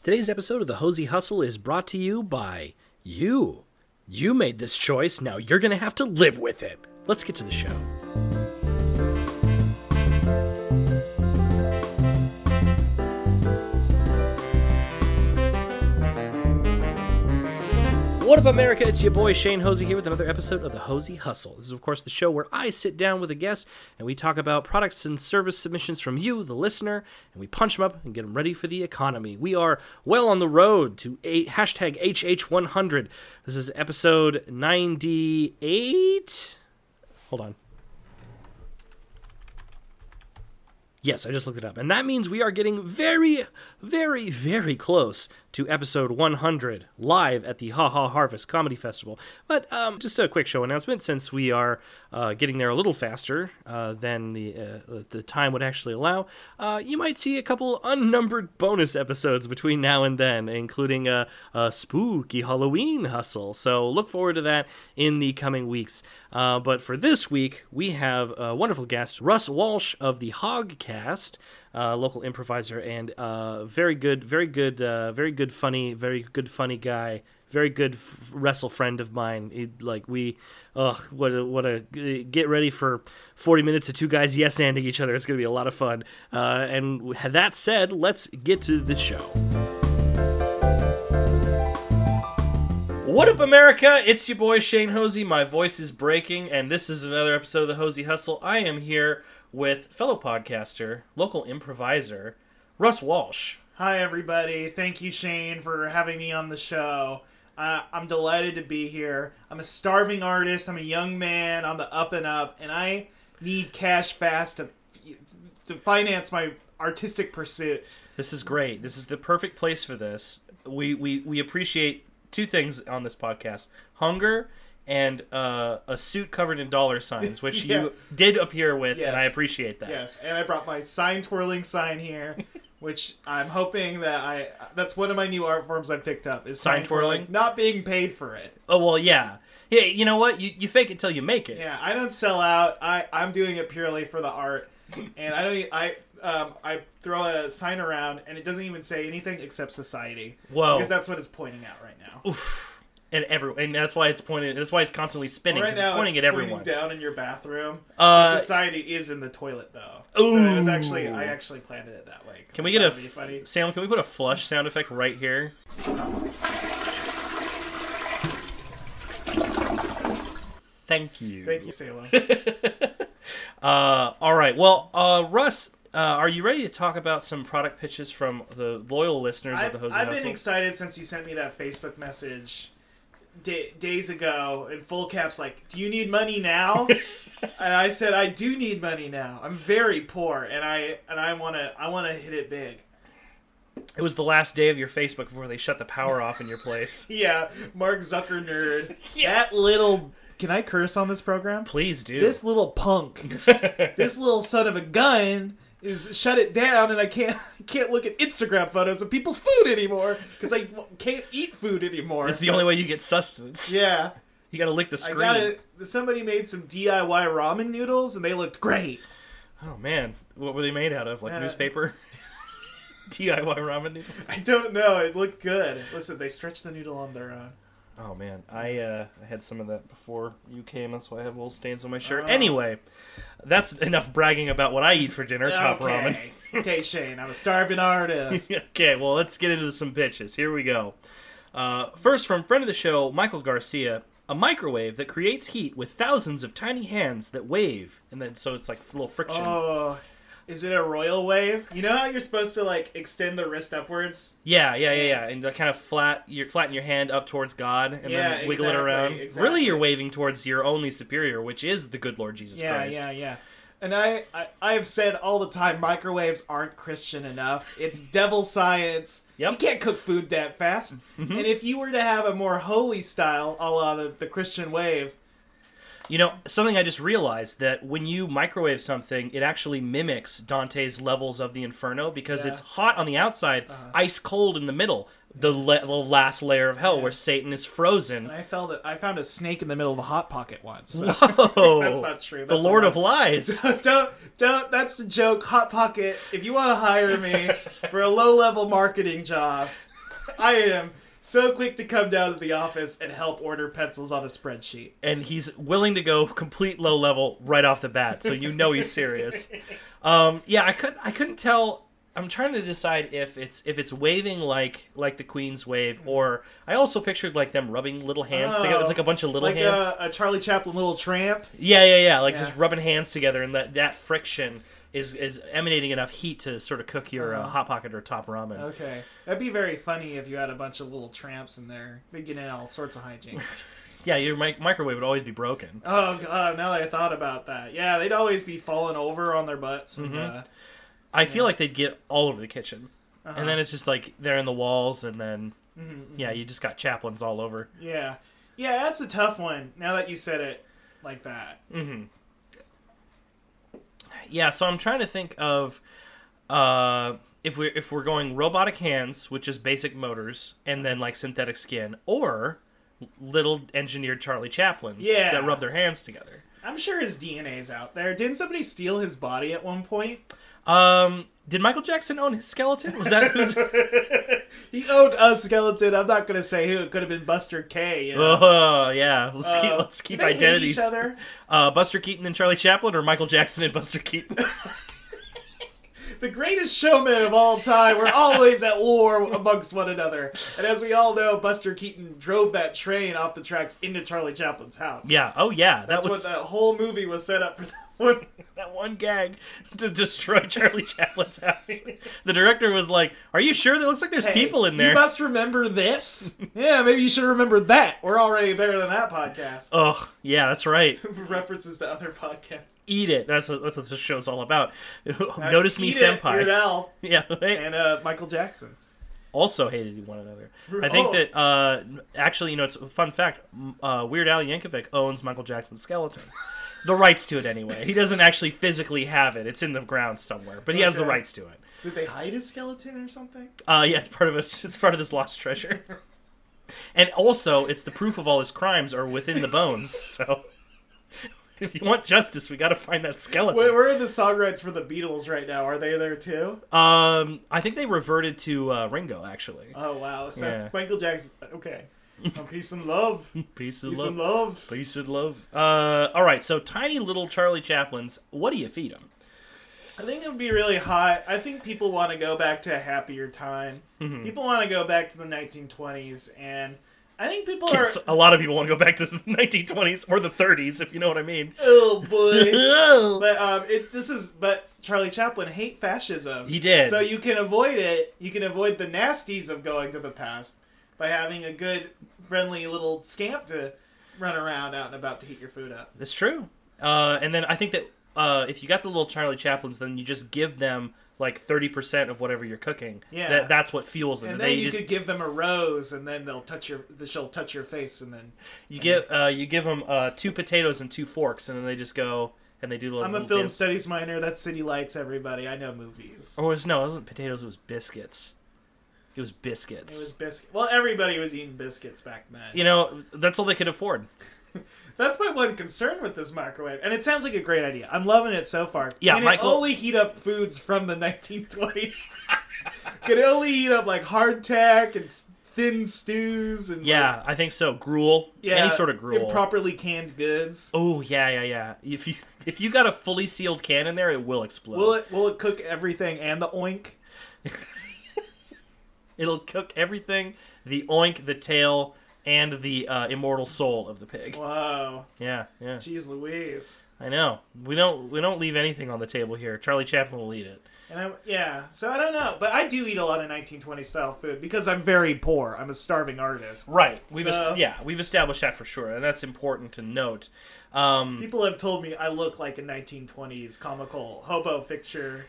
Today's episode of the Hosey Hustle is brought to you by you. You made this choice, now you're going to have to live with it. Let's get to the show. What up, America? It's your boy Shane Hosey here with another episode of the Hosey Hustle. This is, of course, the show where I sit down with a guest and we talk about products and service submissions from you, the listener, and we punch them up and get them ready for the economy. We are well on the road to a- hashtag HH100. This is episode 98. Hold on. Yes, I just looked it up. And that means we are getting very, very, very close to episode 100 live at the Ha Ha Harvest Comedy Festival. But um, just a quick show announcement since we are uh, getting there a little faster uh, than the, uh, the time would actually allow, uh, you might see a couple unnumbered bonus episodes between now and then, including a, a spooky Halloween hustle. So look forward to that in the coming weeks. Uh, but for this week, we have a wonderful guest, Russ Walsh of the Hogcast, uh, local improviser and uh, very good, very good, uh, very good, funny, very good, funny guy. Very good f- wrestle friend of mine. He, like we, ugh, what a, what a get ready for forty minutes of two guys yes anding each other. It's gonna be a lot of fun. Uh, and with that said, let's get to the show. What up, America? It's your boy Shane Hosey. My voice is breaking, and this is another episode of the Hosey Hustle. I am here with fellow podcaster, local improviser, Russ Walsh. Hi, everybody. Thank you, Shane, for having me on the show. Uh, I'm delighted to be here. I'm a starving artist. I'm a young man on the up and up, and I need cash fast to, to finance my artistic pursuits. This is great. This is the perfect place for this. We we, we appreciate two things on this podcast: hunger and uh, a suit covered in dollar signs, which Yeah. you did appear with, and I Yes. appreciate that. Yes, and I brought my sign twirling sign here, which I'm hoping that I that's one of my new art forms I picked up is Sign sign twirling. twirling? Not being paid for it. Oh well, yeah. Yeah, you know what? You, you fake it till you make it. Yeah, I don't sell out. I I'm doing it purely for the art, and I don't. e- I um I throw a sign around, and it doesn't even say anything except society. Whoa. Because that's what it's pointing out right now. Oof. And every and that's why it's pointed. That's why it's constantly spinning. right 'cause now, it's pointing it's at pointing everyone. down in your bathroom. Uh, so society is in the toilet though. So it was actually I Ooh. actually planned it that way. 'cause Can I we get thought a it'd be funny? Sam? Can we put a flush sound effect right here? Thank you. Thank you, Salem. Uh, all right. Well, uh, Russ, uh, are you ready to talk about some product pitches from the loyal listeners of the I've, Jose I've been Hustle? excited since you sent me that Facebook message da days ago in full caps, like, "Do you need money now?" and I said, "I do need money now. I'm very poor, and I and I wanna I wanna hit it big." it was the last day of your Facebook before they shut the power off in your place. Yeah, Mark Zucker nerd. Yeah. That little. Can I curse on this program? Please do. This little punk, this little son of a gun, is shut it down, and I can't can't look at Instagram photos of people's food anymore because I can't eat food anymore. It's the only way you get sustenance. Yeah. You got to lick the I screen. got it. Somebody made some DIY ramen noodles and they looked great. Oh man, what were they made out of? Like Uh, newspaper? DIY ramen noodles. I don't know. It looked good. Listen, they stretched the noodle on their own. Oh man, I uh, I had some of that before you came. That's why I have little stains on my shirt. Oh. Anyway, that's enough bragging about what I eat for dinner. Top ramen. okay. okay, Shane, I'm a starving artist. okay, well let's get into some pitches. Here we go. Uh, first, from friend of the show Michael Garcia, a microwave that creates heat with thousands of tiny hands that wave, and then so it's like a little friction. oh, is it a royal wave? You know how you're supposed to like extend the wrist upwards? Yeah, yeah, yeah, yeah, and like, kind of flat your flatten your hand up towards God, and Yeah, then wiggle it exactly, around. exactly. Really, you're waving towards your only superior, which is the good Lord Jesus Yeah, Christ. yeah, yeah. And I, I, I have said all the time, microwaves aren't Christian enough. It's devil science. Yep. Mm-hmm. You can't cook food that fast. And if you were to have a more holy style, a la the, the Christian wave, You know something I just realized that when you microwave something, it actually mimics Dante's levels of the Inferno because Yeah. Uh-huh. it's hot on the outside, ice cold in the middle, the, le- the last layer of hell where Satan is frozen. I felt it. I found a snake in the middle of a hot pocket once. so- Oh, That's not true. the That's a Lord lie. of Lies. don't don't. That's the joke. Hot pocket. If you want to hire me for a low level marketing job, I am so quick to come down to the office and help order pencils on a spreadsheet. and he's willing to go complete low level right off the bat, so you know he's serious. Um, yeah, I could I couldn't tell. I'm trying to decide if it's if it's waving like like the Queen's wave, or I also pictured like them rubbing little hands together. It's like a bunch of little Oh, Like uh, hands. a, a Charlie Chaplin little tramp. Yeah, yeah, yeah. Like Yeah. just rubbing hands together, and that that friction is is emanating enough heat to sort of cook your uh, hot pocket or top ramen. Uh-huh. Okay. That'd be very funny if you had a bunch of little tramps in there. They'd get in all sorts of hijinks. Yeah, your mi- microwave would always be broken. oh, God, now that I thought about that. Yeah, they'd always be falling over on their butts. And, Mm-hmm. uh, I feel like they'd get all over the kitchen, and Uh-huh. then it's just like they're in the walls, and then Mm-hmm, yeah, you just got chaplains all over. yeah. Yeah, that's a tough one now that you said it like that. Yeah, so I'm trying to think of uh, if we if we're going robotic hands, which is basic motors, and Uh-huh. then like synthetic skin, or little engineered Charlie Chaplins Yeah. that rub their hands together. I'm sure his DNA's out there. Didn't somebody steal his body at one point? Um, did Michael Jackson own his skeleton? Was that who's? He owed a skeleton. I'm not going to say who. It could have been Buster K. You know? oh yeah, let's Uh, keep let's keep do they hate identities. each other? Uh, Buster Keaton and Charlie Chaplin, or Michael Jackson and Buster Keaton? The greatest showmen of all time were always at war amongst one another. And as we all know, Buster Keaton drove that train off the tracks into Charlie Chaplin's house. yeah. Oh yeah, that That's was what that whole movie was set up for that one. that one gag to destroy Charlie Chaplin's house. The director was like, "Are you sure? That looks like there's people in there." You must remember this. yeah, maybe you should remember that. We're already better than that podcast. Oh yeah, that's right. References to other podcasts. Eat it. That's what, that's what this show's all about. Notice me, Eat it, senpai. Weird Al yeah. they and uh, Michael Jackson. also hated one another. I think Oh. that uh, actually, you know, it's a fun fact. M- Uh, Weird Al Yankovic owns Michael Jackson's skeleton. the rights to it, anyway. He doesn't actually physically have it. It's in the ground somewhere, but he has the Okay. rights to it. Did they hide his skeleton or something? Uh, yeah, it's part of it. It's part of this lost treasure. And also, it's the proof of all his crimes are within the bones. So, if you want justice, we got to find that skeleton. Wait, where are the songwrites for the Beatles right now? Are they there too? Um, I think they reverted to uh, Ringo actually. Oh wow! So Yeah. Michael Jackson. Okay, Um, peace and love. Peace and Peace love. and love. Peace and love. Uh, all right. So tiny little Charlie Chaplins. What do you feed them? I think it would be really hot. I think people want to go back to a happier time. Mm-hmm. People want to go back to the 1920s, and I think people are. A lot of people want to go back to the 1920s or the 30s, if you know what I mean. Oh boy! Ugh. but um, it this is but Charlie Chaplin hate fascism. He did. So you can avoid it. You can avoid the nasties of going to the past by having a good, friendly little scamp to run around out and about to heat your food up. That's true. Uh, and then I think that uh, if you got the little Charlie Chaplins, then you just give them like 30% of whatever you're cooking. Yeah. That, that's what fuels them. And then they you just, could give them a rose, and then they'll touch your, she'll touch your face, and then you give uh, you give them uh, two potatoes and two forks, and then they just go and they do little. I'm a little film dance. studies minor. That's City Lights, everybody. I know movies. Or was no, it wasn't potatoes. It was biscuits. It was It biscuits. was biscuit. Well, everybody was eating biscuits back then. you know, that's all they could afford. That's my one concern with this microwave, and it sounds like a great idea. I'm loving it so far. Yeah, Can Michael- it only heat up foods from the 1920s? Can it only heat up like hardtack and s- thin stews and Yeah, like, I think so. Gruel, yeah, any sort of gruel. improperly canned goods. oh yeah, yeah, yeah. If you if you got a fully sealed can in there, it will explode. Will it? Will it cook everything and the oink? It'll cook everything: the oink, the tail, and the uh, immortal soul of the pig. Whoa, Yeah, yeah. jeez Louise. I know. We don't we don't leave anything on the table here. Charlie Chaplin will eat it. And I, yeah, so I don't know, but I do eat a lot of 1920s style food because I'm very poor. I'm a starving artist. Right. We've es- So- yeah, we've established that for sure, and that's important to note. Um, People have told me I look like a 1920s comical hobo picture.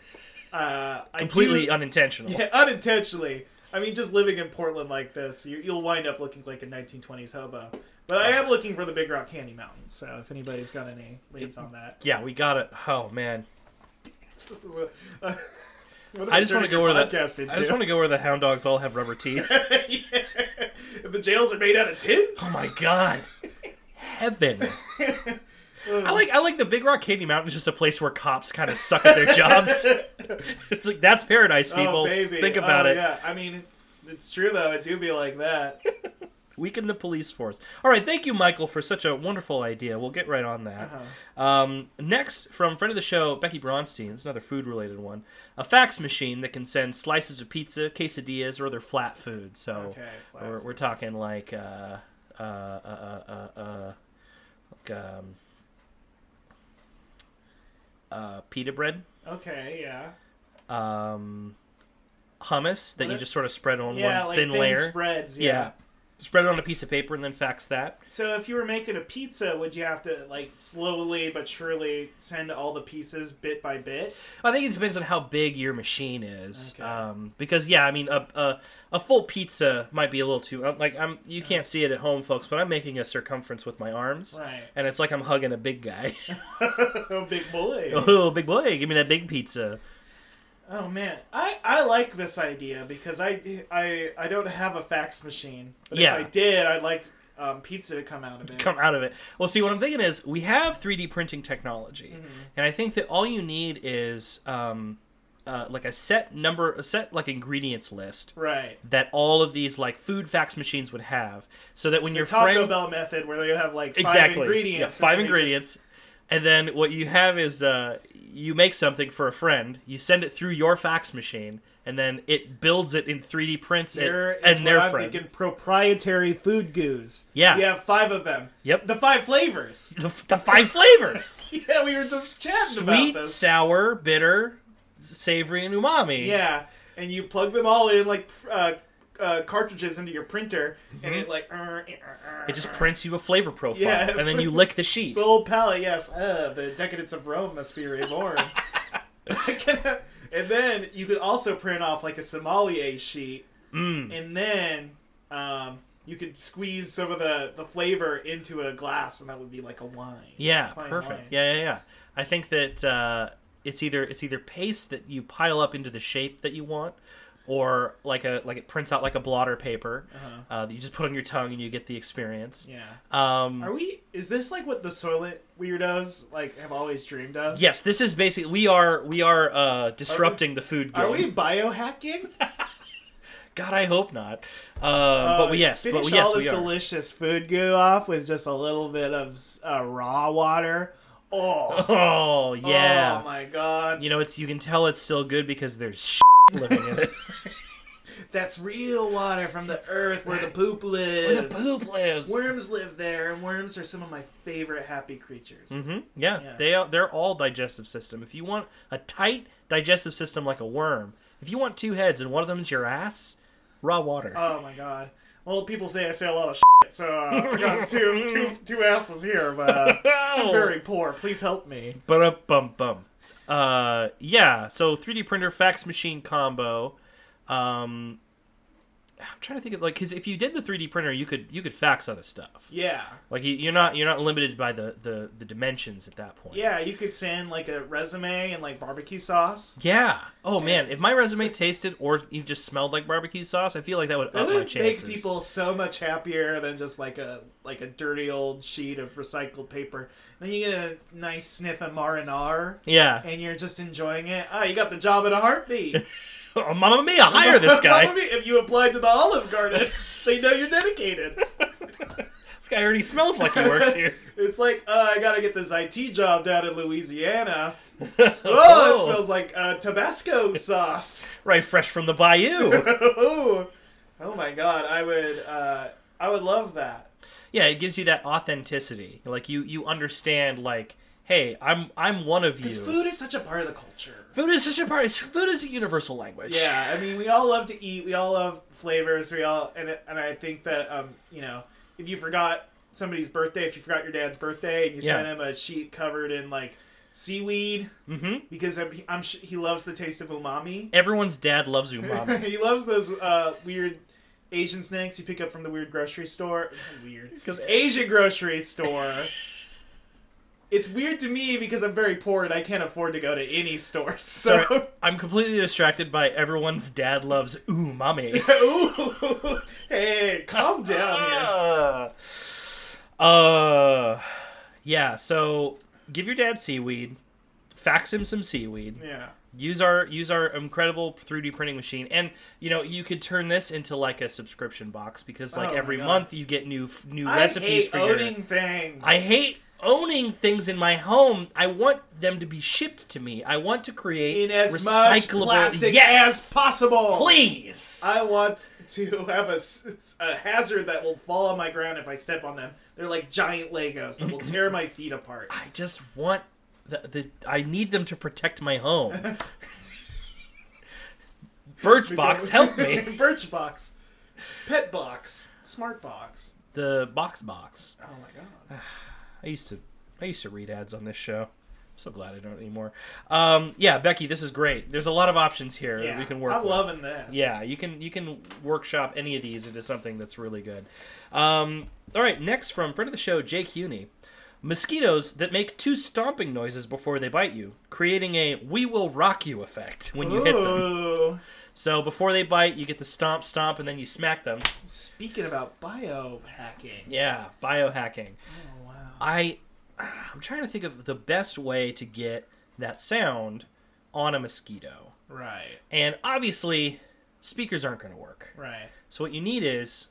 Uh, I completely do- unintentional. Yeah, unintentionally. I mean, just living in Portland like this, you, you'll wind up looking like a 1920s hobo. But I Ah. am looking for the Big Rock Candy Mountain, so if anybody's got any leads on that, Yeah, we got it. Oh man, this is a. a what am I just want turning to go your where the podcast into? I just want to go where the hound dogs all have rubber teeth. Yeah. The jails are made out of tin. oh my god, heaven! I like I like the Big Rock Candy Mountain is just a place where cops kind of suck at their jobs. it's like that's paradise, people. Oh, baby. Think about Oh, it. Yeah, I mean, It's true though. It do be like that. Weaken the police force. All right, thank you, Michael, for such a wonderful idea. We'll get right on that. Uh-huh. Um, next, from friend of the show, Becky Bronstein. It's another food-related one. A fax machine that can send slices of pizza, quesadillas, or other flat food. So Okay, flat Oh, we're, we're foods. talking like uh, uh, uh, uh, uh, uh, like um, uh, pita bread, Okay, yeah. um, hummus that What you if- just sort of spread on Yeah, one like thin, layer. spreads. yeah. Spread it on a piece of paper and then fax that. So if you were making a pizza, would you have to like slowly but surely send all the pieces bit by bit? I think it depends on how big your machine is, Okay. um, because yeah, I mean a, a a full pizza might be a little too. I'm, like I'm, you can't see it at home, folks, but I'm making a circumference with my arms, Right. and it's like I'm hugging a big guy. oh, big boy. oh, big boy, give me that big pizza. Oh man, I, I like this idea because I, I I don't have a fax machine. But Yeah. If I did, I'd like um, pizza to come out of it. Come out of it. Well, see, what I'm thinking is we have 3D printing technology, and I think that all you need is um, uh, like a set number, a set like ingredients list. Right. That all of these like food fax machines would have, so that when your Taco friend Bell method where they have like five exactly ingredients. Yeah, and five then they just- ingredients and then what you have is uh, you make something for a friend you send it through your fax machine and then it builds it in 3D prints it, Here is and what their I'm friend thinking proprietary food goos. Yeah. You have five of them. Yep. The five flavors. the, the five flavors yeah, we were just chatting about sweet this. sour bitter savory and umami Yeah, and you plug them all in like uh, uh, cartridges into your printer, and it like uh, it just prints you a flavor profile Yeah. and then you lick the sheet It's old palette, yes. Uh, the decadence of Rome must be reborn. and then you could also print off like a sommelier sheet, Mm. and then um, you could squeeze some of the, the flavor into a glass, and that would be like a wine. Yeah, Fine perfect. wine. Yeah, yeah, yeah. I think that uh, it's either it's either paste that you pile up into the shape that you want, or like a like it prints out like a blotter paper uh that you just put on your tongue and you get the experience. Uh-huh. Yeah. Um, Are we? Is this like what the Soylent weirdos like have always dreamed of? yes, this is basically we are we are uh, disrupting the food. Game. Are we biohacking? God, I hope not. Um, but Uh, we, yes, finish but we, yes, all we this are. delicious food goo off with just a little bit of uh, raw water. Oh, oh yeah. Oh my god, you know, it's you can tell it's still good because there's shit living in it. that's real water from the earth where the poop the lives. poop lives. Worms live there, and worms are some of my favorite happy creatures. hmm Yeah, Yeah. they are, they're all digestive system. If you want a tight digestive system like a worm, if you want two heads and one of them's your ass, raw water. Oh my god. Well, people say I say a lot of shit, so uh, I got two, two, two asses here, but uh, I'm very poor. Please help me. But up bum bum. Uh, yeah. So 3D printer fax machine combo. Um, I'm trying to think of like because if you did the 3D printer, you could you could fax other stuff. Yeah, Like you, you're not you're not limited by the the the dimensions at that point. yeah. You could send like a resume and like barbecue sauce. Yeah. Oh man, if my resume tasted or even just smelled like barbecue sauce, I feel like that would That up my would chances. make people so much happier than just like a like a dirty old sheet of recycled paper. Then you get a nice sniff of R Yeah. and you're just enjoying it. Ah, you got the job in a heartbeat. Oh, Mamma Mia, hire this guy. if you applied to the Olive Garden, they know you're dedicated. this guy already smells like he works here. It's like, uh, I gotta get this IT job down in Louisiana. Oh, Oh. it smells like uh, Tabasco sauce. Right, fresh from the bayou. oh, oh my God, I would, uh, I would love that. yeah, it gives you that authenticity. Like you, you understand. Like, hey, I'm, I'm one of you. Because food is such a part of the culture. Food is such a part. Food is a universal language. Yeah, I mean, we all love to eat. We all love flavors. We all and and I think that um, you know, if you forgot somebody's birthday, if you forgot your dad's birthday, and you Yeah. sent him a sheet covered in like seaweed, Mhm. because I'm, I'm su- he loves the taste of umami. Everyone's dad loves umami. he loves those uh, weird Asian snacks you pick up from the weird grocery store. Weird, 'Cause- Asian grocery store. It's weird to me because I'm very poor and I can't afford to go to any store. So. Sorry, I'm completely distracted by everyone's dad loves umami. Ooh, hey, calm down uh, uh, yeah. So give your dad seaweed. fax him some seaweed. Yeah. Use our use our incredible 3D printing machine, and you know you could turn this into like a subscription box because like Oh my every God. month you get new f- new I recipes hate for owning your. things. I hate owning things in my home. I want them to be shipped to me. I want to create in as much recyclable plastic yes, as possible. please. I want to have a, s- it's a hazard that will fall on my ground if I step on them. They're like giant Legos that will tear my feet apart. I just want the, the I need them to protect my home. Birchbox, help me. Birch box. Pet box. Smart box. The box box. Oh my Uh, god. I used to I used to read ads on this show. I'm so glad I don't anymore. Um, yeah, Becky, this is great. There's a lot of options here Yeah, that we can work. I'm with. loving this. Yeah, you can you can workshop any of these into something that's really good. Um, all right, next from friend of the show Jake Huney. Mosquitoes that make two stomping noises before they bite you, creating a "we will rock you" effect when you hit them. Ooh. So before they bite, you get the stomp, stomp, and then you smack them. Speaking about biohacking. Yeah, biohacking. Oh, wow. I I'm trying to think of the best way to get that sound on a mosquito, Right, and obviously speakers aren't going to work. right. So what you need is,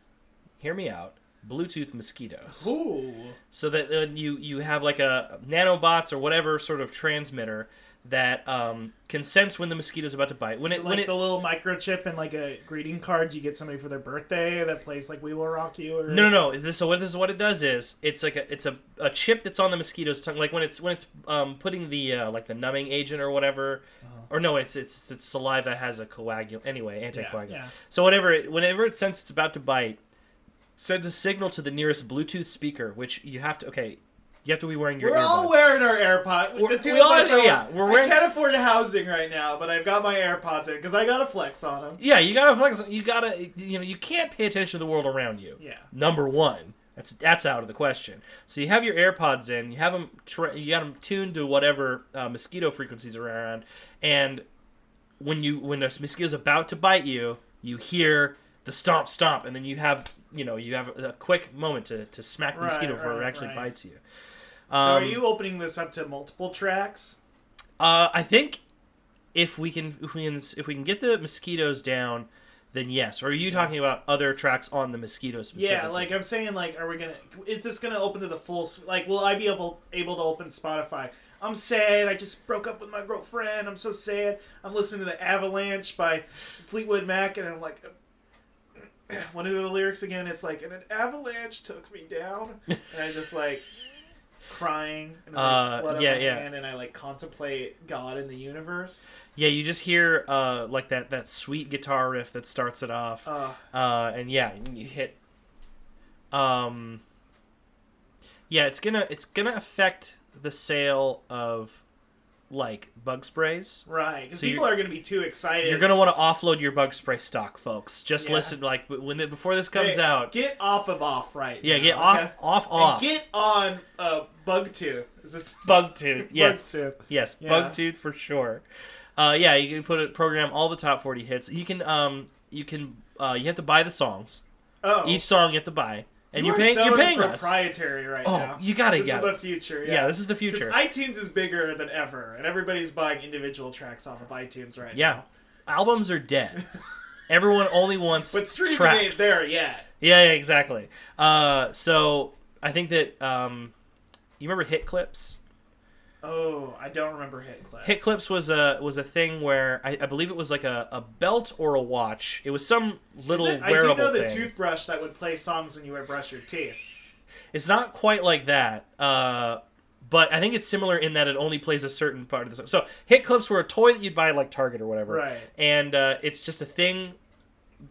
hear me out, Bluetooth mosquitoes, Ooh. so that uh, you you have like a nanobots or whatever sort of transmitter that um, can sense when the mosquito's about to bite. When Is it it when like it's the little microchip and like a greeting card you get somebody for their birthday that plays like "We Will Rock You" or no, no, no. This, so what this is what it does is it's like a it's a, a chip that's on the mosquito's tongue. Like when it's when it's um, putting the uh, like the numbing agent or whatever, or no, it's it's it's saliva has a coagulant anyway anticoagulant. Uh-huh. yeah. So whatever it, whenever it senses it's about to bite, sends a signal to the nearest Bluetooth speaker, which you have to okay, you have to be wearing your We're all earbuds. wearing our AirPods. We're- the two we of all- us are. yeah, we're wearing- I can't afford housing right now, but I've got my AirPods in because I got a flex on them. yeah, you gotta flex. You gotta you know you can't pay attention to the world around you. Yeah. number one. That's that's out of the question. So you have your AirPods in, you have them, tra- you got them tuned to whatever uh, mosquito frequencies are around, and when you when a mosquito's about to bite you, you hear the stomp stomp, and then you have you know you have a quick moment to, to smack the Right, mosquito before it right, actually right. bites you. So Um, are you opening this up to multiple tracks? Uh, I think if we can if we can if we can get the mosquitoes down, then yes. Or are you talking about other tracks on the mosquitoes? Yeah, like I'm saying, like, are we gonna? Is this gonna open to the full? s- Like, will I be able able to open Spotify? I'm sad. I just broke up with my girlfriend. I'm so sad. I'm listening to the Avalanche by Fleetwood Mac, and I'm like, one of the lyrics again. It's like, and an avalanche took me down, and I just like crying, and then Uh, there's blood on yeah, my yeah. hand, and I like contemplate God and the universe. Yeah, you just hear uh, like that that sweet guitar riff that starts it off, uh, Uh, and yeah, you hit. Um, yeah, it's gonna it's gonna affect the sale of like bug sprays. right, because So people are gonna be too excited. You're gonna want to offload your bug spray stock, folks. Just Yeah. listen, like when the, before this Hey, comes out. Get off of off right. yeah, now, get okay? off, off, And off. get on uh, Bugtooth. Is this Bugtooth, yes, Bugtooth? yes, Yeah. Bugtooth for sure. Uh, yeah, you can put a program all the top forty hits. You can, um, you can, uh, you have to buy the songs. Oh, Each song you have to buy, and you you are are paying, so you're paying us. proprietary right Oh, now. you gotta This yeah, is the future. yeah. Yeah, This is the 'Cause future. iTunes is bigger than ever, and everybody's buying individual tracks off of iTunes right yeah, now. albums are dead. Everyone only wants But streaming ain't tracks. there yet. Yeah, yeah, exactly. Uh, so I think that um, you remember hit clips. Oh, I don't remember Hit Clips. Hit clips was a was a thing where I, I believe it was like a, a belt or a watch. It was some Is little it- I wearable do know the thing. toothbrush that would play songs when you would brush your teeth. It's not quite like that, uh, but I think it's similar in that it only plays a certain part of the song. So hit clips were a toy that you'd buy at, like Target or whatever, Right. And uh, it's just a thing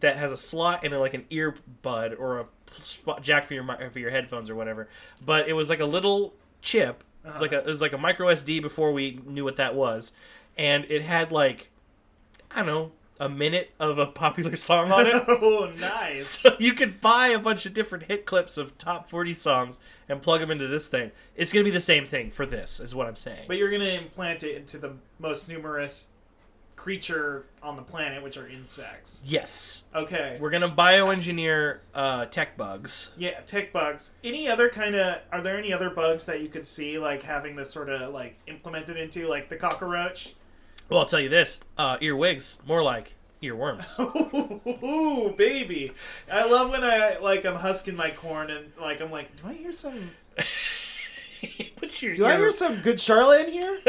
that has a slot and like an earbud or a spot jack for your mi- for your headphones or whatever. But it was like a little chip. It's like a it was like a micro SD before we knew what that was, and it had like I don't know a minute of a popular song on it. oh, nice. So you could buy a bunch of different hit clips of top 40 songs and plug them into this thing. It's going to be the same thing for this, is what I'm saying. But you're gonna implant it into the most numerous creature on the planet, which are insects. Yes. Okay. We're gonna bioengineer uh, tech bugs. Yeah, tick bugs. Any other kind of? Are there any other bugs that you could see like having this sort of like implemented into like the cockroach? Well, I'll tell you this: uh, earwigs, more like earworms. Ooh, baby! I love when I like I'm husking my corn and like I'm like, do I hear some? Put your Do I hear some good Charlotte in here?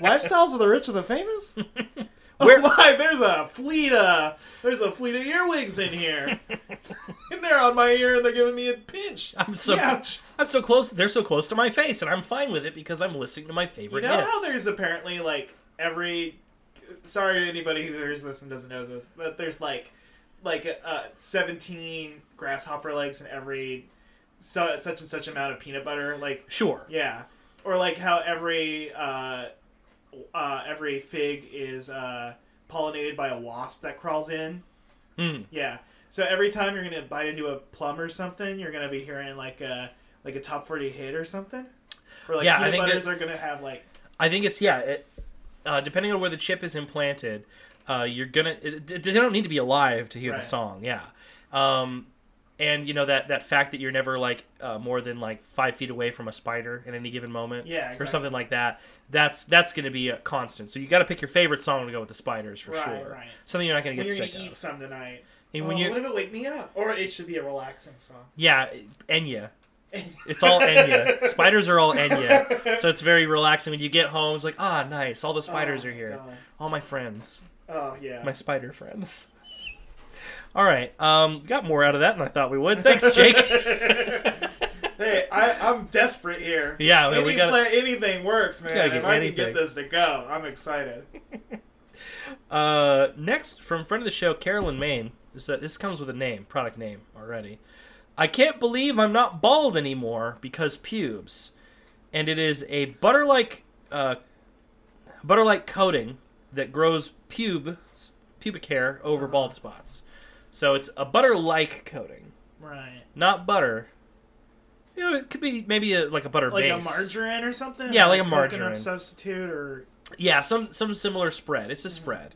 Lifestyles of the rich and the famous. Where- Where? Oh my, there's a fleet of there's a fleet of earwigs in here, and they're on my ear and they're giving me a pinch. I'm so Ouch. I'm so close. They're so close to my face, and I'm fine with it because I'm listening to my favorite You know hits. how there's apparently like every. Sorry to anybody who hears this and doesn't know this, that there's like, like uh, seventeen grasshopper legs in every, so, such and such amount of peanut butter. Like Sure. yeah, or like how every uh, uh, every fig is uh, pollinated by a wasp that crawls in. Hmm. Yeah. So every time you're gonna bite into a plum or something, you're gonna be hearing like a like a top forty hit or something. Or like Yeah, I peanut think butters that- are gonna have like I think it's yeah. It, uh, depending on where the chip is implanted, uh, you're gonna. It, it- they don't need to be alive to hear Right. the song. Yeah. Um, and you know that that fact that you're never like uh, more than like five feet away from a spider at any given moment, Yeah, or exactly. something like that. That's that's going to be a constant. So you got to pick your favorite song to go with the spiders for Right, sure. right. Something you're not going to when get you're sick gonna eat of. some tonight. And Oh, when you, what if it wake me up? Or it should be a relaxing song. yeah, Enya. It's all Enya. spiders are all Enya, so it's very relaxing. When you get home, it's like ah, nice. All the spiders Oh, are here. God. All my friends. Oh yeah. my spider friends. All right, um, got more out of that than I thought we would. Thanks, Jake. hey, I, I'm desperate here. Yeah, well, Any we gotta- play- anything works, man. gotta If get I can anything. get this to go, I'm excited. uh, next from friend of the show, Carolyn Maine. Is that this comes with a name, product name already? I can't believe I'm not bald anymore because pubes, and it is a butter-like, uh, butter-like coating that grows pubes, pubic hair over bald spots. So it's a butter-like coating, Right. not butter. You know, it could be maybe a, like a butter Like base. a margarine or something? Yeah, Or like a margarine. Coconut substitute or Yeah, some some similar spread. It's a spread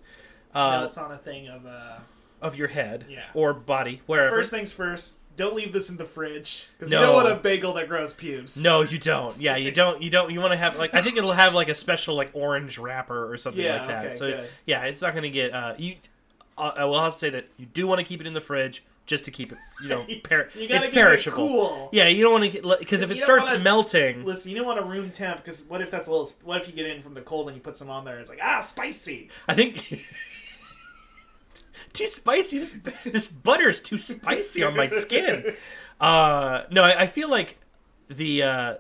uh, uh, melts on a thing of. uh of your head Yeah. or body, wherever. First things first, don't leave this in the fridge. Because you No. don't want a bagel that grows pubes. no, you don't. Yeah, you don't. You don't. You want to have like I think it'll have like a special like orange wrapper or something Yeah, like that. okay, so good. yeah, it's not gonna get uh, you. Uh, I will have to say that you do want to keep it in the fridge just to keep it. You know, per- you gotta it's keep perishable. it cool. Yeah, you don't want to because if You it don't starts wanna- melting, Listen, you don't want a room temp because what if that's a little? sp- What if you get in from the cold and you put some on there? It's like ah, spicy. I think. too spicy. This, this butter is too spicy on my skin. Uh, no, I, I feel like the uh,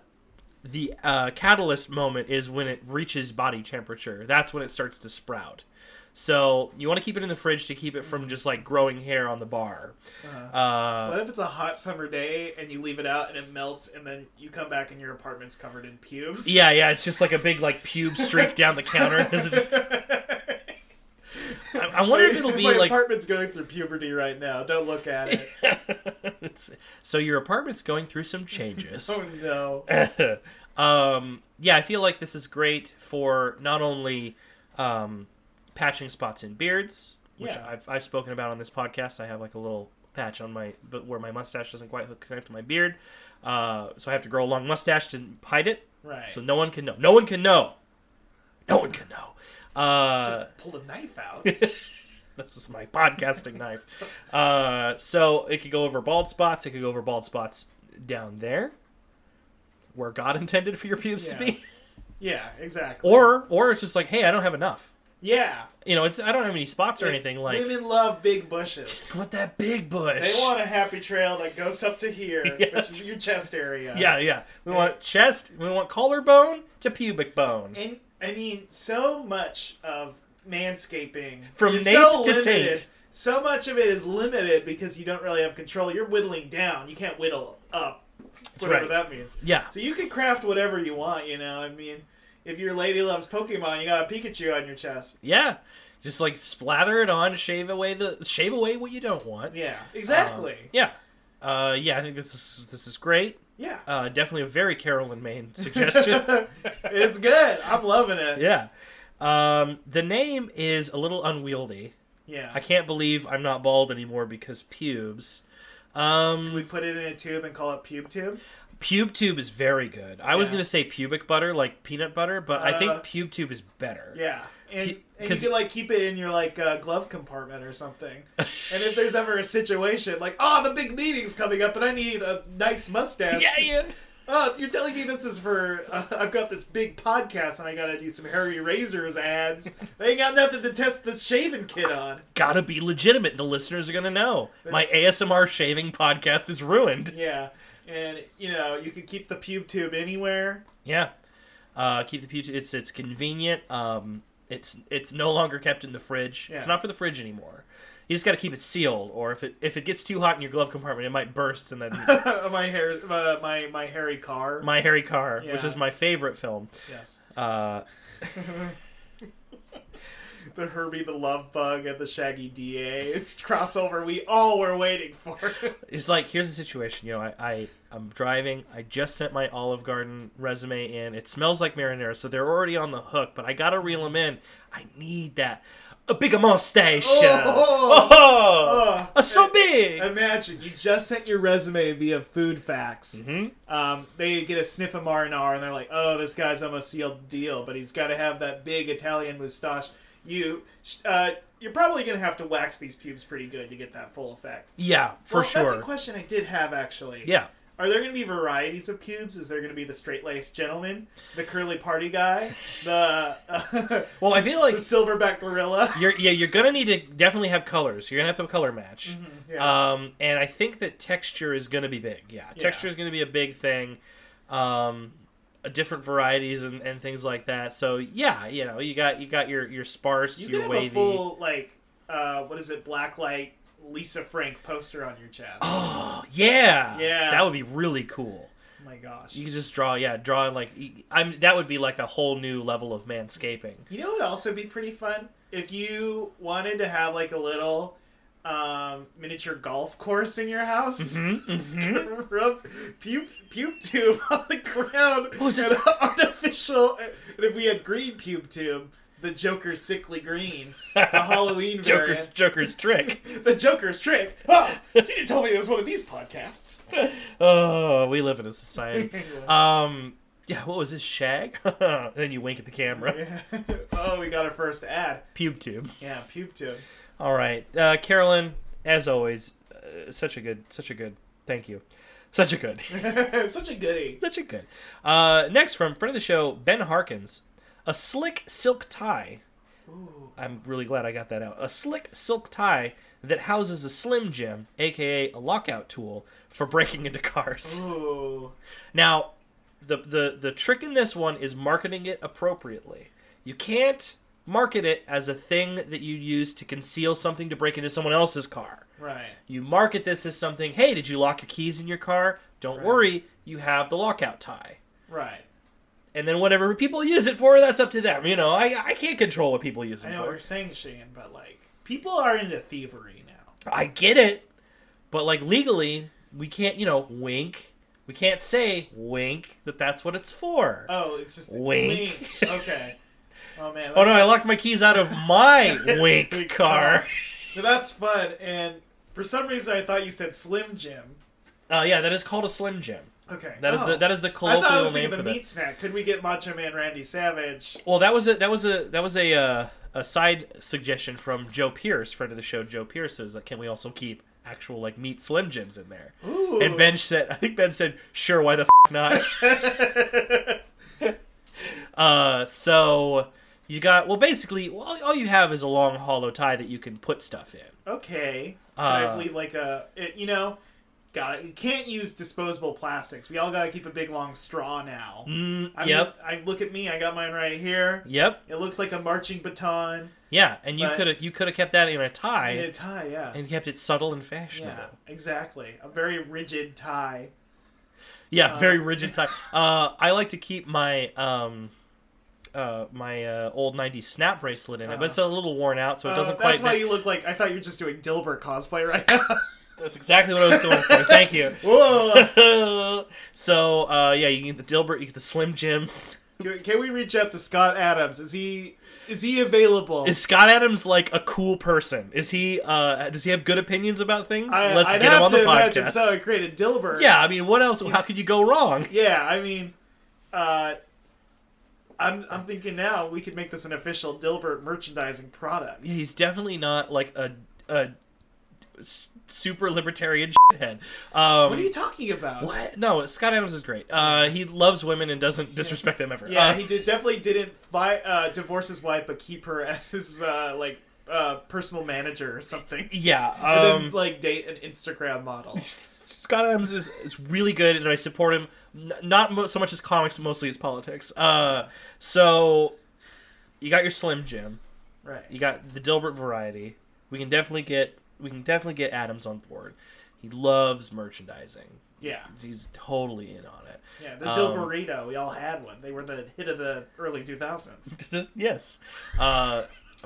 the uh, catalyst moment is when it reaches body temperature. That's when it starts to sprout. So you want to keep it in the fridge to keep it from just like growing hair on the bar. Uh, What if it's a hot summer day and you leave it out and it melts and then you come back and your apartment's covered in pubes? yeah, yeah, it's just like a big like pube streak down the counter. 'cause it just- I, I wonder if it'll be my like apartment's going through puberty right now. Don't look at it. It's- so your apartment's going through some changes. oh no. um, yeah, I feel like this is great for not only um, patching spots in beards, which Yeah. I've, I've spoken about on this podcast. I have like a little patch on my, but where my mustache doesn't quite hook- connect to my beard, uh, so I have to grow a long mustache to hide it, Right. so no one can know. No one can know. No one can know. Uh, Just pulled a knife out. this is my podcasting knife. Uh, so it could go over bald spots. It could go over bald spots down there, where God intended for your pubes to Yeah. be, yeah, exactly. or or it's just like, hey, I don't have enough. yeah, You know, it's I don't have any spots or anything. Like, women love big bushes. what that big bush? They want a happy trail that goes up to here, Yes. which is your chest area. yeah, yeah. We want chest. We want collarbone to pubic bone. And I mean, so much of manscaping From is nape so to limited. taint. So much of it is limited because you don't really have control. You're whittling down. You can't whittle up, whatever right. that means. Yeah. So you can craft whatever you want. You know, I mean, if your lady loves Pokemon, you got a Pikachu on your chest. Yeah. Just like splatter it on, shave away the shave away what you don't want. Um, Yeah, exactly. Yeah. Uh, yeah, I think this is this is great. yeah, Uh, definitely a very Carolyn Maine suggestion. it's good. I'm loving it. yeah. Um, the name is a little unwieldy. Yeah. I can't believe I'm not bald anymore because pubes. Can Um, we put it in a tube and call it pube tube? pube tube is very good. I was Yeah. gonna say pubic butter, like peanut butter, but I Uh, think pube tube is better. Yeah. And, Ki- and you 'cause- could like keep it in your like uh, glove compartment or something. and if there's ever a situation like, oh, the big meeting's coming up and I need a nice mustache. Yeah, yeah. Oh, you're telling me this is for? Uh, I've got this big podcast and I gotta do some Harry Razors ads. they ain't got nothing to test this shaving kit on. Gotta be legitimate. The listeners are gonna know. My ASMR shaving podcast is ruined. Yeah. And you know you could keep the pube tube anywhere. Yeah. Uh, keep the pube. tube- It's it's convenient. Um, it's it's no longer kept in the fridge. It's Yeah. not for the fridge anymore. You just got to keep it sealed, or if it if it gets too hot in your glove compartment, it might burst, and then my hair, uh, my my hairy car. My Harry Carr, which Yeah. is my favorite film. yes, Uh, the Herbie the Love Bug and the Shaggy DA. It's crossover we all were waiting for. it's like here's the situation. You know, I, I I'm driving. I just sent my Olive Garden resume in. It smells like marinara, so they're already on the hook. But I gotta reel them in. I need that a bigger mustache. Oh! Oh! Oh. a so big. Imagine you just sent your resume via Food Facts. Mhm. Um, they get a sniff of Marinar and they're like, "Oh, this guy's almost sealed deal, but he's got to have that big Italian mustache." You, sh- uh, you're probably gonna have to wax these pubes pretty good to get that full effect. Yeah, for well, sure. That's a question I did have actually. yeah. Are there going to be varieties of pubes? Is there going to be the straight laced gentleman, the curly party guy, the, uh, Well, I feel like the silverback gorilla? you're yeah you're gonna need to definitely have colors. You're gonna have to have a color match. Mm-hmm. Hmm, Yeah. Um, and I think that texture is going to be big. Yeah, Yeah. texture is going to be a big thing. Um, uh, different varieties and, and things like that. So yeah, you know, you got you got your your sparse, you could your have wavy. a full like uh, what is it, blacklight Lisa Frank poster on your chest. Oh Oh yeah, Yeah. that would be really cool. Oh my gosh! You could just draw, yeah, draw like y- I'm. That would be like a whole new level of manscaping. You know what'd also be pretty fun if you wanted to have like a little um, miniature golf course in your house. Mm-hmm. Mm-hmm. Rub puke puke tube on the ground. Oh, is this- and artificial? And if we had green puke tube, the Joker's sickly green, the Halloween Joker's variant, Joker's trick. the Joker's trick. Oh, you didn't tell me it was one of these podcasts. Oh, we live in a society. Um, yeah, what was this shag? and then you wink at the camera. oh, we got our first ad. Pube tube. Yeah, puke tube. All right, uh, Carolyn, as always, uh, such a good, such a good. Thank you, such a good, Such a goodie. such a good. Uh, next from friend of the show, Ben Harkins, a slick silk tie. I'm really glad I got that out. A slick silk tie that houses a slim jim, aka a lockout tool for breaking into cars. Ooh. Now, the the the trick in this one is marketing it appropriately. You can't market it as a thing that you use to conceal something to break into someone else's car. Right. You market this as something, hey, did you lock your keys in your car? Don't Right. worry, you have the lockout tie. Right. And then whatever people use it for, that's up to them. You know, I, I can't control what people use it I know what for. you're saying, Shane, but like people are into thievery now. I get it. But like legally, we can't, you know, wink. We can't say wink that that's what it's for. Oh, it's just Wink. wink. Okay. Oh man. That's, oh no, I locked my keys out of my wink car. But that's fun. And for some reason, I thought you said Slim Jim. Uh, yeah, that is called a Slim Jim. Okay. That is oh. the that is the I colloquial thought I was name thinking for the that. meat snack. Could we get Macho Man Randy Savage? Well, that was a that was a that was a uh, a side suggestion from Joe Pierce, friend of the show. Joe Pierce is like, can we also keep actual like meat Slim Jims in there? Ooh. And Ben said, I think Ben said, sure, why the f- not? uh, so you got well, basically, all, all you have is a long hollow tie that you can put stuff in. okay. Can Uh. I leave like a it, you know? Got it. You can't use disposable plastics. We all got to keep a big long straw now. Mm, I yep, Mean, I look at me. I got mine right here. yep, It looks like a marching baton. yeah. And you But- could have you could have kept that in a tie In a tie, yeah. and kept it subtle and yeah, fashionable. exactly. A very rigid tie. Yeah, very rigid tie. Uh, I like to keep my um, uh, my uh, old '90s snap bracelet in it, but it's a little worn out, so it Uh, doesn't quite. that's why make- you look like. I thought you were just doing Dilbert cosplay right now. That's exactly what I was going for. Thank you. Whoa! so uh, yeah, you get the Dilbert, you get the Slim Jim. Can, can we reach out to Scott Adams? Is he is he available? Is Scott Adams like a cool person? Is he? uh Does he have good opinions about things? I, Let's I'd get have him on the to imagine podcast. so. It created Dilbert. Yeah, I mean, what else? How could you go wrong? Yeah, I mean, uh, I'm I'm thinking now we could make this an official Dilbert merchandising product. He's definitely not like a a s- super libertarian shithead. Um, What are you talking about? What? No, Scott Adams is great. Uh, he loves women and doesn't disrespect them ever. Yeah, Uh, he did definitely didn't fi- uh, divorce his wife, but keep her as his uh, like uh, personal manager or something, yeah. and Um, then like date an Instagram model. Scott Adams is, is really good, and I support him. N- not mo- so much as comics, mostly as politics. Uh, so you got your Slim Jim, Right. you got the Dilbert variety. We can definitely get we can definitely get Adams on board. He loves merchandising. Yeah. He's totally in on it. Yeah. The Dilberito. Um, burrito. We all had one. They were the hit of the early 2000s. yes. Uh,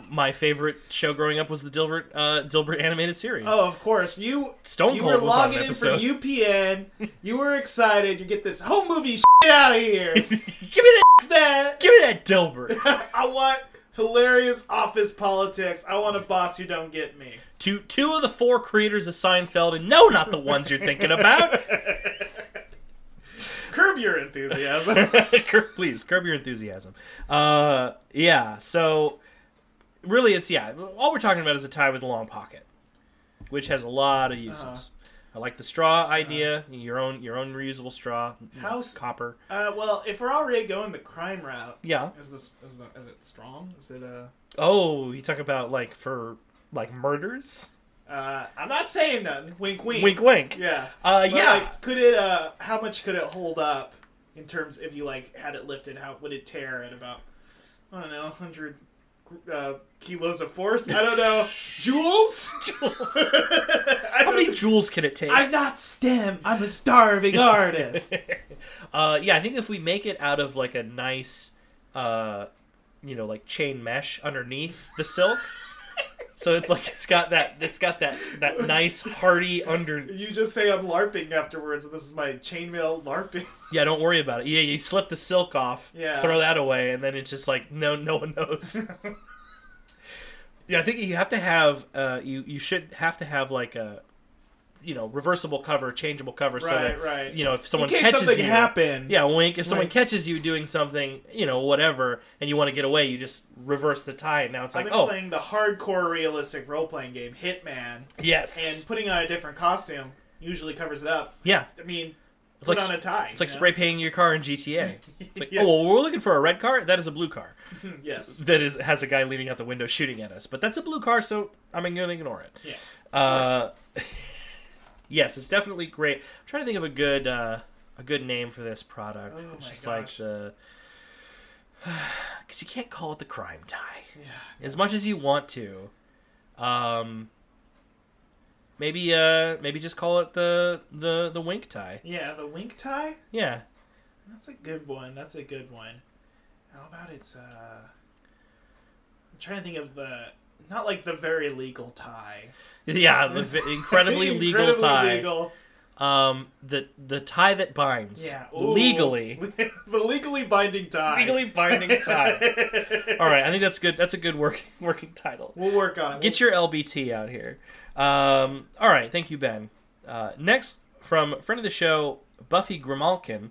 my favorite show growing up was the Dilbert uh, Dilbert animated series. Oh, of course. You Stone you Cold were was on logging an in for episode. UPN. You were excited. You get this home movie shit out of here. give me that. that Give me that Dilbert. I want hilarious office politics. I want a boss who don't get me. to two of the four creators of Seinfeld, and no, not the ones you're thinking about. Curb your enthusiasm. Cur- Please curb your enthusiasm. Uh, yeah. So really, it's yeah. All we're talking about is a tie with the long pocket, which has a lot of Uh-huh. uses. I like the straw idea. your own your own reusable straw. you know, How's- copper? Uh, well, if we're already going the crime route, Yeah. is this is the is it strong? Is it Uh, Oh, you talk about like for like murders. uh, I'm not saying nothing. Wink, wink. Wink, wink. Yeah. Uh, But, yeah. Like, could it? Uh, how much could it hold up in terms if you like had it lifted? How would it tear at about? I don't know, hundred uh, kilos of force. I don't know, joules. I How many don't- joules can it take? I'm not STEM. I'm a starving artist. Uh, yeah, I think if we make it out of like a nice, uh, you know, like chain mesh underneath the silk, so it's like it's got that it's got that that nice hardy under. you just say I'm larping afterwards. This is my chainmail larping. Yeah, don't worry about it. Yeah, you slip the silk off, Yeah. throw that away, and then it's just like no, no one knows. yeah, I think you have to have uh, you you should have to have like a, you know, reversible cover, changeable cover, so Right, that right. you know if in someone case catches something you. happened. Yeah, wink. If someone Wink. catches you doing something, you know, whatever, and you want to get away, you just reverse the tie. And now it's I've like, been oh, playing the hardcore realistic role playing game Hitman, yes, and putting on a different costume usually covers it up. yeah. I mean, It's put like on a tie. It's like you know? spray painting your car in GTA. It's like, Yeah. oh, well, we're looking for a red car. That is a blue car. Yes. That is has a guy leaning out the window shooting at us. But that's a blue car, so I'm going to ignore it. Yeah. Uh, yes, it's definitely great. I'm trying to think of a good uh, a good name for this product. Oh it's my just like gosh. the because you can't call it the crime tie. Yeah. as much as you want to. Um, maybe uh, maybe just call it the the the wink tie. Yeah, the wink tie? Yeah, That's a good one. That's a good one. How about it's uh I'm trying to think of the not like the very legal tie. yeah, the v- incredibly legal Incredibly tie. legal. Um, the the tie that binds. Yeah. ooh. legally. the legally binding tie. Legally binding tie. All right, I think that's good. That's a good working working title. We'll work on it. Get your LBT out here. Um, all right, thank you, Ben. Uh, next, from friend of the show, Buffy Grimalkin,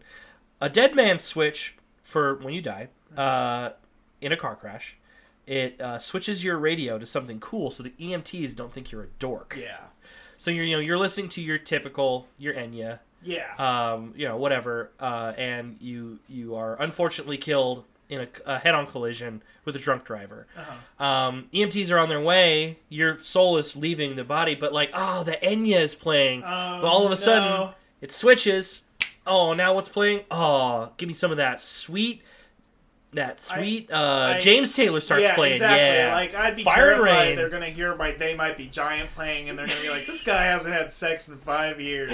a dead man's switch for when you die uh, in a car crash. It uh, switches your radio to something cool so the EMTs don't think you're a dork. Yeah. So you're you know you're listening to your typical your Enya, Yeah. um, you know whatever, uh, and you you are unfortunately killed in a, a head-on collision with a drunk driver Uh-huh. um, EMTs are on their way. Your soul is leaving the body, but like, oh, the Enya is playing. Oh, but all of a no. sudden, it switches. Oh, now what's playing? Oh, give me some of that sweet, that sweet uh, I- James Taylor starts yeah, playing. exactly. Yeah, Like I'd be Fire and terrified Rain. they're gonna hear by "They Might Be Giant" playing, and they're gonna be like, "This guy hasn't had sex in five years,"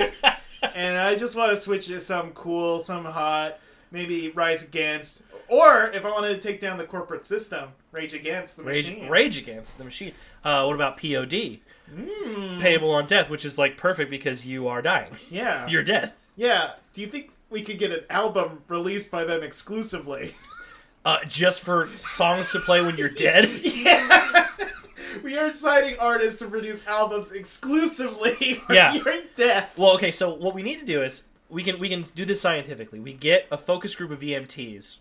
and I just want to switch to some cool, some hot, maybe Rise Against, or if I wanted to take down the corporate system, Rage Against the Rage, Machine. Rage Against the Machine. Uh, what about POD? Hmm. Payable on death, which is like perfect because you are dying. Yeah, You're dead. yeah. Do you think we could get an album released by them exclusively? uh, just for songs to play when you're dead. Yeah. We are citing artists to produce albums exclusively for Yeah. your death. Well, okay, so what we need to do is we can we can do this scientifically. We get a focus group of EMTs,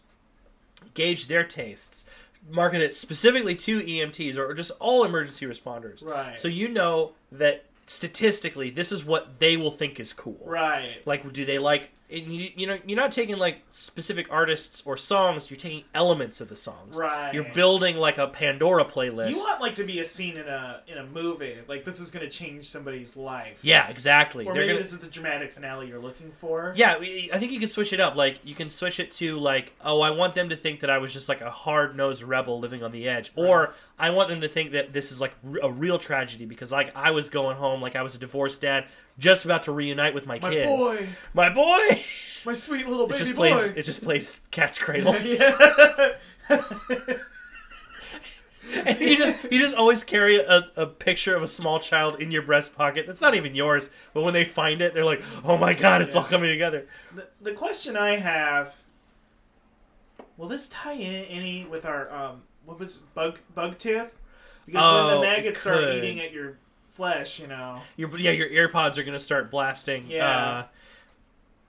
gauge their tastes, market it specifically to EMTs or, or just all emergency responders. Right. So you know that statistically this is what they will think is cool. Right. Like do they like and you, you know you're not taking like specific artists or songs, you're taking elements of the songs. Right. You're building like a Pandora playlist. You want like to be a scene in a in a movie. Like this is going to change somebody's life. yeah, exactly. Or They're maybe gonna- this is the dramatic finale you're looking for. Yeah, we- I think you can switch it up. Like you can switch it to like, oh, I want them to think that I was just like a hard nosed rebel living on the edge, or I want them to think that this is like r- a real tragedy because like I was going home, like I was a divorced dad, just about to reunite with my, My kids. boy, My boy. It my sweet little baby just boy. plays. It just plays Cat's Cradle. yeah. you just you just always carry a, a picture of a small child in your breast pocket that's not even yours, but when they find it, they're like, oh my god, it's all coming together. the, the question I have will this tie in any with our um what was bug bug tip? Because when Oh, the it maggots start could. eating at your flesh, you know. Your yeah, your AirPods are gonna start blasting. Yeah. Uh,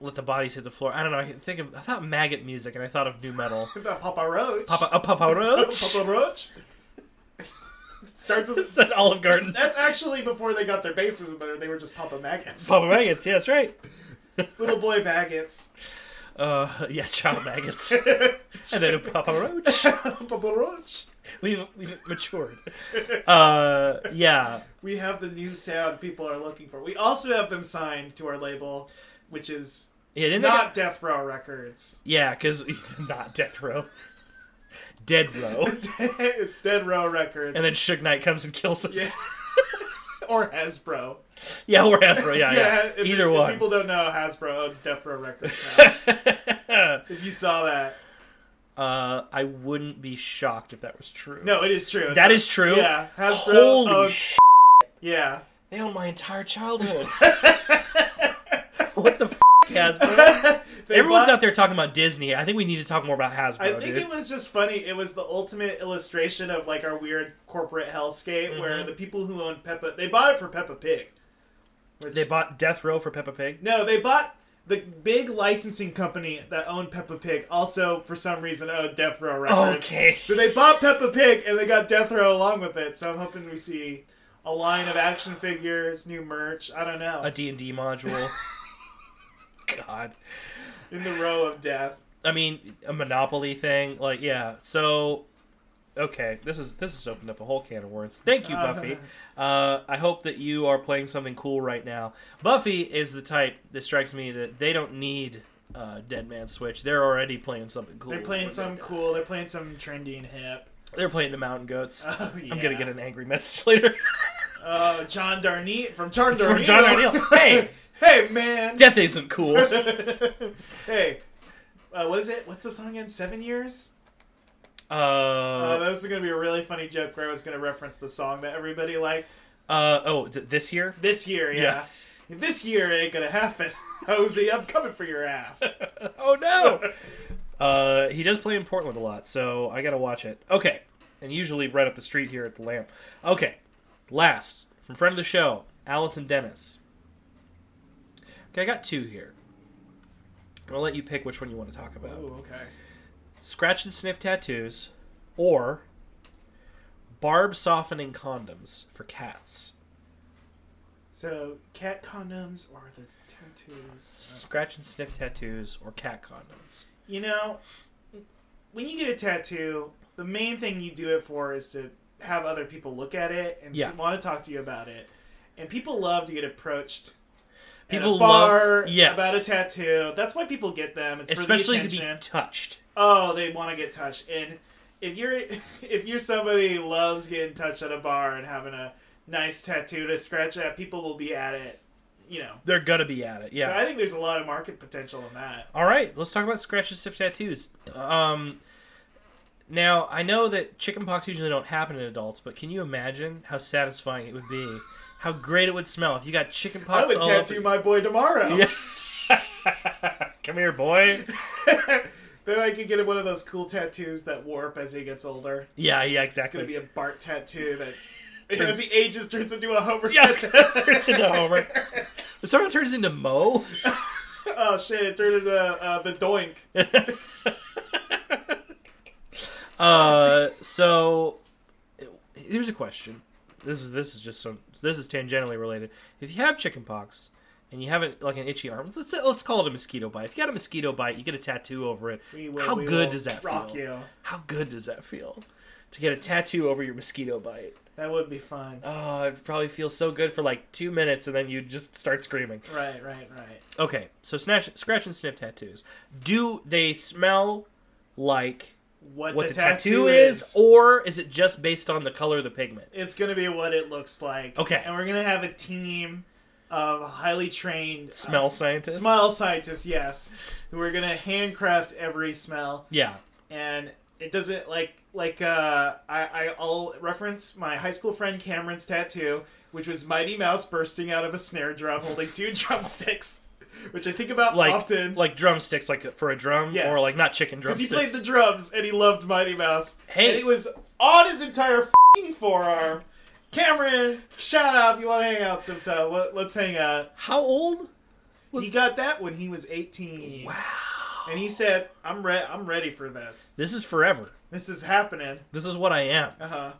let the bodies hit the floor. I don't know. I think of I thought maggot music, and I thought of new metal. About Papa Roach. Papa a Papa Roach. Papa Roach. Starts It's as that Olive Garden. That's actually before they got their bases in there. They were just Papa Maggots. Papa maggots. Yeah, that's right. Little boy maggots. Uh, yeah, child maggots, and Papa then a Papa Roach. Roach. We've we've matured. Uh, yeah. We have the new sound people are looking for. We also have them signed to our label, which is Yeah, didn't they get- not Death Row Records. yeah, because not death row, dead row, it's Dead Row Records. and then Suge Knight comes and kills us. yeah. or Hasbro. Yeah, or Hasbro. Yeah, yeah. if- Either if one. people don't know Hasbro owns Death Row Records now. if you saw that. Uh, I wouldn't be shocked if that was true. No, it is true. It's that is true. Yeah, Hasbro Holy owns sh! Yeah. They own my entire childhood. what the f, Hasbro? They Everyone's bought- out there talking about Disney. I think we need to talk more about Hasbro, I think dude. it was just funny. It was the ultimate illustration of like our weird corporate hellscape Mm-hmm. where the people who own Peppa they bought it for Peppa Pig. Which, They bought Death Row for Peppa Pig. no, they bought the big licensing company that owned Peppa Pig also for some reason owned Death Row Records. Okay. So they bought Peppa Pig and they got Death Row along with it. So I'm hoping we see a line of action figures, new merch. I don't know. A D and D module. God. In the row of death. I mean, a Monopoly thing. Like, yeah. So, okay, this is this has opened up a whole can of worms. Thank you, Buffy. Uh, I hope that you are playing something cool right now. Buffy is the type that strikes me that they don't need uh, Dead Man Switch. They're already playing something cool. They're playing when some they- cool. They're playing some trendy and hip. They're playing the Mountain Goats. Oh, yeah. I'm gonna get an angry message later Uh, John Darnese from John Darnese. from John O'Neill. Hey, hey man. death isn't cool. hey, uh, what is it? What's the song in Seven years? Uh, Uh, that was gonna be a really funny joke where I was gonna reference the song that everybody liked uh, oh, d- this year. this year. Yeah, this year ain't gonna happen, Hosey. I'm coming for your ass. Oh no! uh, he does play in Portland a lot, so I gotta watch it. Okay, and usually right up the street here at the Lamp. Okay, last from friend of the show, Allison Dennis. Okay, I got two here. I'll let you pick which one you want to talk about: Ooh, okay. scratch and sniff tattoos, or barb softening condoms for cats. So cat condoms or the tattoos? Scratch and sniff tattoos or cat condoms. You know, when you get a tattoo, the main thing you do it for is to have other people look at it and Yeah. to want to talk to you about it. And people love to get approached People at a bar love yes, about a tattoo. That's why people get them. It's especially for the to be attention. touched. oh, they want to get touched. And if you're if you're somebody who loves getting touched at a bar and having a nice tattoo to scratch at, people will be at it. You know. They're gonna be at it. Yeah. So I think there's a lot of market potential in that. All right, let's talk about scratch and stiff tattoos. Um, now I know that chickenpox usually don't happen in adults, but can you imagine how satisfying it would be? How great it would smell if you got chickenpox. I would all tattoo my boy tomorrow. Yeah. Over... Come here, boy. Then I could get him one of those cool tattoos that warp as he gets older. Yeah, yeah, It's gonna exactly. be a Bart tattoo that, as he ages, turns into a Homer Yes, tattoo. turns into Homer. Sort of turns into Mo. oh shit! It turned into uh, the Doink. Uh, so here's a question. This is this is just some this is tangentially related. If you have chickenpox and you have it like an itchy arm, let's say- let's call it a mosquito bite. If you got a mosquito bite, you get a tattoo over it. We will- How we good will does that rock feel? you? How good does that feel? To get a tattoo over your mosquito bite. That would be fun. Oh, it probably feels so good for like two minutes, and then you just start screaming. Right, right, right. Okay, so snatch, scratch and sniff tattoos. Do they smell like What, what the, the, tattoo, is, or is it just based on the color of the pigment? It's gonna be what it looks like. Okay. And we're gonna have a team of highly trained uh, Smell scientists. smell scientists. Yes, who are gonna handcraft every smell, Yeah. and it doesn't like like uh, I I- I'll reference my high school friend Cameron's tattoo, which was Mighty Mouse bursting out of a snare drum holding two drumsticks, which I think about Like often. like drumsticks, like for a drum, Yes. or like not chicken because he drumsticks. played the drums and he loved Mighty Mouse. Hey. and it was on his entire fing forearm. Cameron, shout out if you want to hang out sometime. Let, let's hang out. How old? He got that when he was 18. Wow. And he said, "I'm re- I'm ready for this. This is forever. This is happening." This is what I am. Uh huh.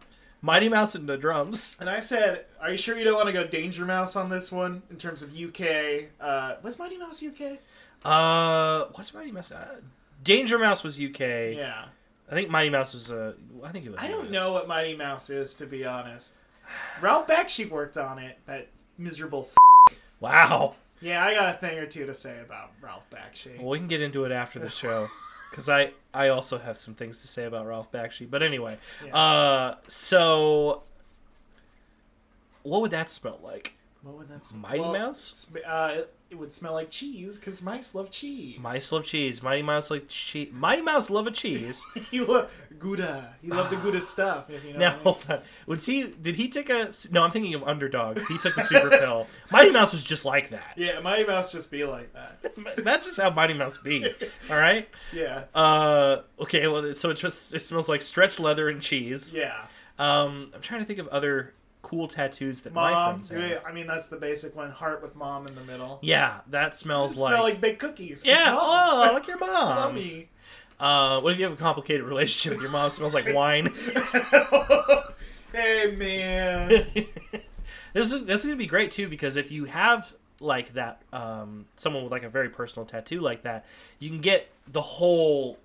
Mighty Mouse and the drums. And I said, "Are you sure you don't want to go Danger Mouse on this one in terms of UK? Uh, was Mighty Mouse UK? Uh, what's Mighty Mouse? Uh, Danger Mouse was UK. Yeah. I think Mighty Mouse was. Uh, I think it was. I don't US. know what Mighty Mouse is to be honest. Ralph Bakshi worked on it. That miserable Wow. Yeah, I got a thing or two to say about Ralph Bakshi. Well, we can get into it after the show because I I also have some things to say about Ralph Bakshi. But anyway, Yeah. uh, so what would that smell like? What would that smell? Mighty Mouse? sm- Uh, it, it would smell like cheese because mice love cheese. Mice love cheese. Mighty Mouse like cheese. Mighty Mouse love a cheese. he loved Gouda. He loved the Ah. Gouda stuff. If you know. now what hold on. Was he? Did he take a? No, I'm thinking of Underdog. He took the super pill. Mighty Mouse was just like that. I mean. Yeah, Mighty Mouse just be like that. That's just how Mighty Mouse be. All right. Yeah, Uh. Okay. Well, so it just it smells like stretch leather and cheese. yeah. Um. I'm trying to think of other cool tattoos that my Mom. friends have. yeah, I mean, that's the basic one. Heart with mom in the middle. Yeah, that smells like. Smell like baked cookies. 'cause yeah, Mom, oh, like your love mom. me. Uh, what if you have a complicated relationship with your mom? It smells like wine. hey man. this is this is gonna be great too because if you have like that, um, someone with like a very personal tattoo like that, you can get the whole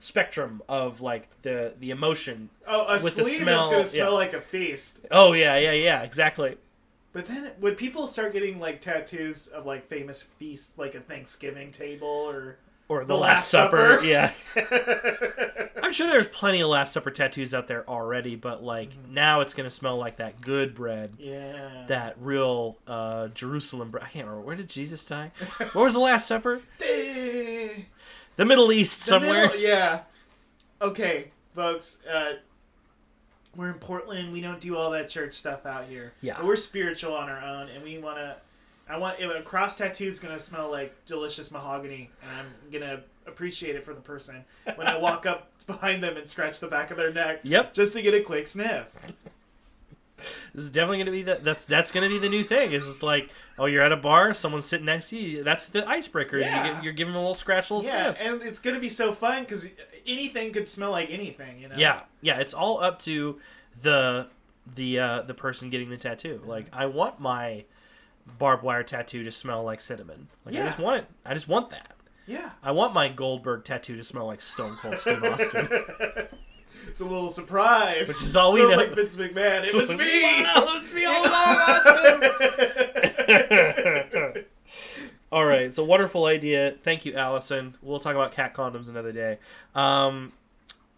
spectrum of like the the emotion. Oh, a With the sleeve is smell, gonna smell yeah. like a feast. Oh yeah, yeah, yeah, exactly. But then, would people start getting like tattoos of like famous feasts, like a Thanksgiving table, or Or the, The Last, Last Supper. Supper. Yeah, I'm sure there's plenty of Last Supper tattoos out there already, but like Mm-hmm. now it's gonna smell like that good bread. yeah, that real uh, Jerusalem. bre- I can't remember where did Jesus die. Where was the Last Supper? Eh, The Middle East the somewhere. middle- E-, yeah. Okay, folks. Uh, we're in Portland. We don't do all that church stuff out here. Yeah. But we're spiritual on our own, and we want to. I want a cross tattoo is gonna smell like delicious mahogany, and I'm gonna appreciate it for the person when I walk up behind them and scratch the back of their neck. Yep. Just to get a quick sniff. This is definitely gonna be the, that's that's gonna be the new thing. Is it's like oh you're at a bar, someone's sitting next to you. That's the icebreaker. You Yeah. get, you're giving them a little scratch, a little Yeah, sniff. and it's gonna be so fun because anything could smell like anything, you know. Yeah, yeah. It's all up to the the uh, the person getting the tattoo. Like I want my barbed wire tattoo to smell like cinnamon. Like I Yeah. just want it. I just want that. yeah. I want my Goldberg tattoo to smell like Stone Cold Steve Austin. It's a little surprise. Which is all we Smells know. like Vince McMahon. It was me. Wow, it was me all along, Austin. all right, so wonderful idea. Thank you, Allison. We'll talk about cat condoms another day. Um,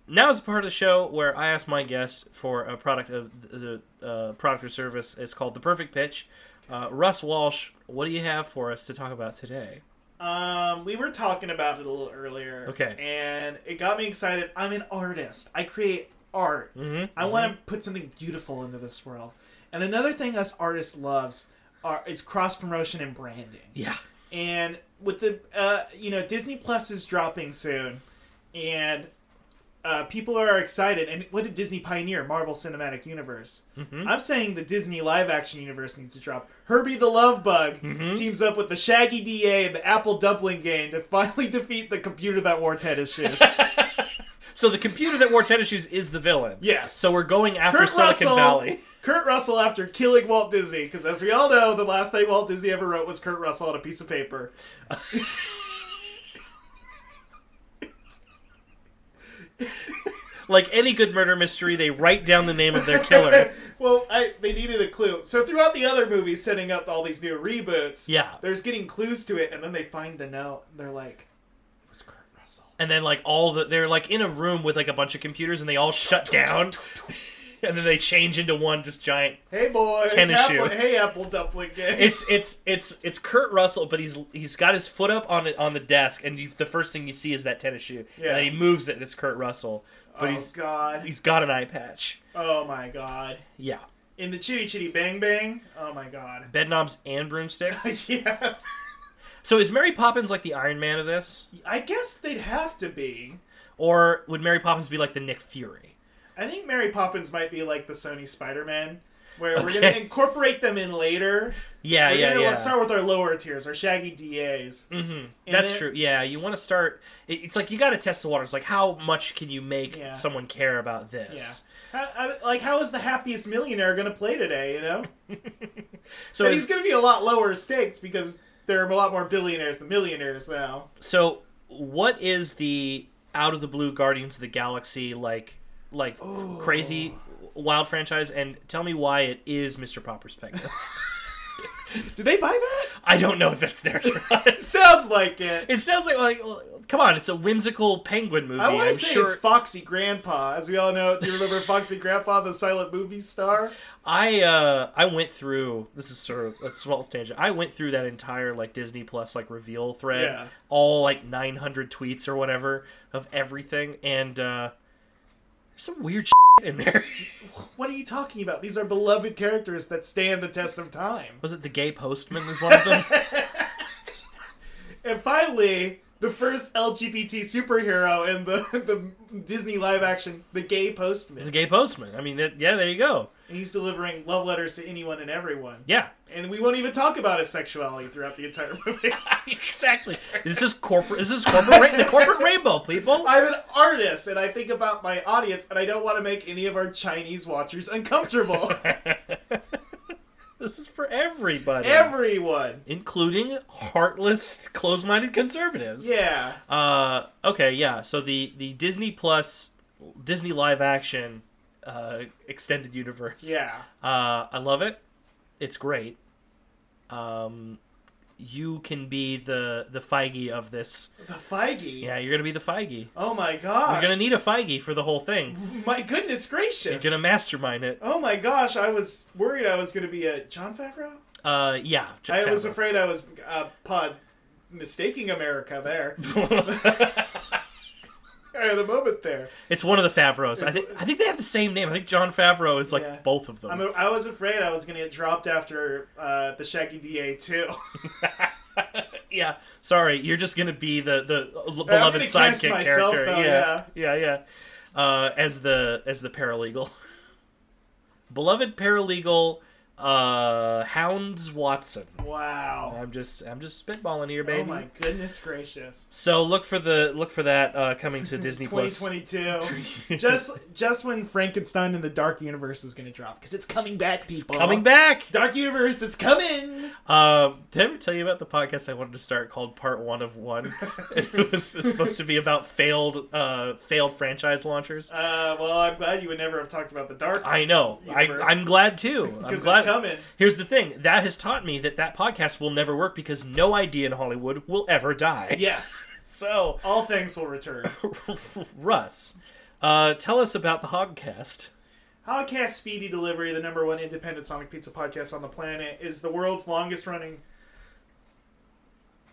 now is a part of the show where I ask my guest for a product of the uh, product or service. It's called the perfect pitch. Uh, Russ Walsh, what do you have for us to talk about today? Um, we were talking about it a little earlier. Okay. And it got me excited. I'm an artist. I create art. Mhm, I want to put something beautiful into this world. And another thing us artists loves are is cross promotion and branding. Yeah, and with the uh, you know Disney Plus is dropping soon, and uh, people are excited. And what did Disney pioneer? Marvel Cinematic Universe. Mm-hmm. I'm saying the Disney live action universe needs to drop. Herbie the Love Bug Mm-hmm. teams up with the Shaggy DA and the Apple Dumpling Gang to finally defeat the computer that wore tennis shoes. So the computer that wore tennis shoes is the villain. Yes. So we're going after Kurt Silicon Russell. Valley. Kurt Russell after killing Walt Disney, because as we all know, the last thing Walt Disney ever wrote was Kurt Russell on a piece of paper. Like any good murder mystery, they write down the name of their killer. well, I, they needed a clue. So throughout the other movies, setting up all these new reboots, Yeah. there's getting clues to it, and then they find the note. And they're like, "It was Kurt Russell." and then like all the they're like in a room with like a bunch of computers and they all shut down. and then they change into one just giant. Hey boys, Tennis Apple, shoe. hey Apple Dumpling Gang. It's it's it's it's Kurt Russell, but he's he's got his foot up on it on the desk, and you, the first thing you see is that tennis shoe. Yeah. And then he moves it, and it's Kurt Russell, but oh he's God, he's got an eye patch. oh my God. Yeah, In the Chitty Chitty Bang Bang, oh my God. bed knobs and broomsticks. yeah, so is Mary Poppins like the Iron Man of this? I guess they'd have to be. Or would Mary Poppins be like the Nick Fury? I think Mary Poppins might be like the Sony Spider Man, where we're Okay. gonna incorporate them in later. Yeah, We're yeah, gonna yeah. let's start with our lower tiers, our Shaggy DAs. Mm-hmm. That's true. Yeah, you want to start. it- It's like you got to test the waters. Like, how much can you make Yeah. someone care about Yeah. this? How, I, like, how is the happiest millionaire gonna play today? You know, So, but is- he's gonna be a lot lower stakes because there are a lot more billionaires than millionaires now. so what is the out of the blue Guardians of the Galaxy like, like crazy wild franchise? And tell me why it is Mr. Popper's Penguins. Did they buy that? I don't know if it's there. or not. Sounds like it. it sounds like like well, come on, it's a whimsical penguin movie. I want I'm to say sure- it's Foxy Grandpa, as we all know. Do you remember Foxy Grandpa, the silent movie star? I uh I went through this is sort of a small tangent. I went through that entire like Disney Plus like reveal thread, Yeah. all like 900 tweets or whatever of everything, and uh there's some weird shit in there. What are you talking about? These are beloved characters that stand the test of time. Was it the gay postman was one of them? And finally, the first LGBT superhero in the, the Disney live action, The Gay the Postman. gay postman. I mean, that, yeah, there you go. And he's delivering love letters to anyone and everyone. Yeah, And we won't even talk about his sexuality throughout the entire movie. exactly. This is corporate. This is corporate. ra- the corporate rainbow people. I'm an artist and I think about my audience and I don't want to make any of our Chinese watchers uncomfortable. This is for everybody, everyone. including heartless, close-minded conservatives. Yeah. Uh, okay, yeah. So the the Disney Plus Disney live action uh, extended universe. Yeah. Uh, I love it. It's great. Um, you can be the the Feige of this. The Feige. Yeah, you're gonna be the Feige. Oh my You're gosh. gonna need a Feige for the whole thing. My goodness gracious. You're gonna mastermind it. Oh my gosh, I was worried I was going to be a John Favreau. Uh, yeah. I check was that afraid I was uh, pod mistaking America there. out. I had a moment there. it's one of the Favreaux. I It's- think I think they have the same name. I think John Favreau is like Yeah. both of them. I'm a, I was afraid I was going to get dropped after uh, the Shaggy DA too. yeah, sorry, you're just gonna be the the l- I'm beloved gonna cast sidekick myself, character. though, yeah, yeah, yeah. Uh, as the as the paralegal, beloved paralegal, uh, Hounds Watson. wow. I'm just I'm just spitballing here, Oh baby. my goodness gracious. so look for the look for that uh, coming to Disney Plus. 2022. just just when Frankenstein and the Dark Universe is going to drop because it's coming back, people. Coming back. Dark Universe, it's coming. Um, did I ever tell you about the podcast I wanted to start called Part One of One? it was supposed to be about failed uh, failed franchise launchers. Uh, well, I'm glad you would never have talked about the Dark I know. I, Universe. I'm glad too. I'm because glad. it's coming. Here's the thing that has taught me that that podcast will never work because no idea in Hollywood will ever die. Yes, So, all things will return. Russ, uh, tell us about the Hogcast. Hogcast Speedy Delivery, the number one independent Sonic Pizza podcast on the planet, is the world's longest running.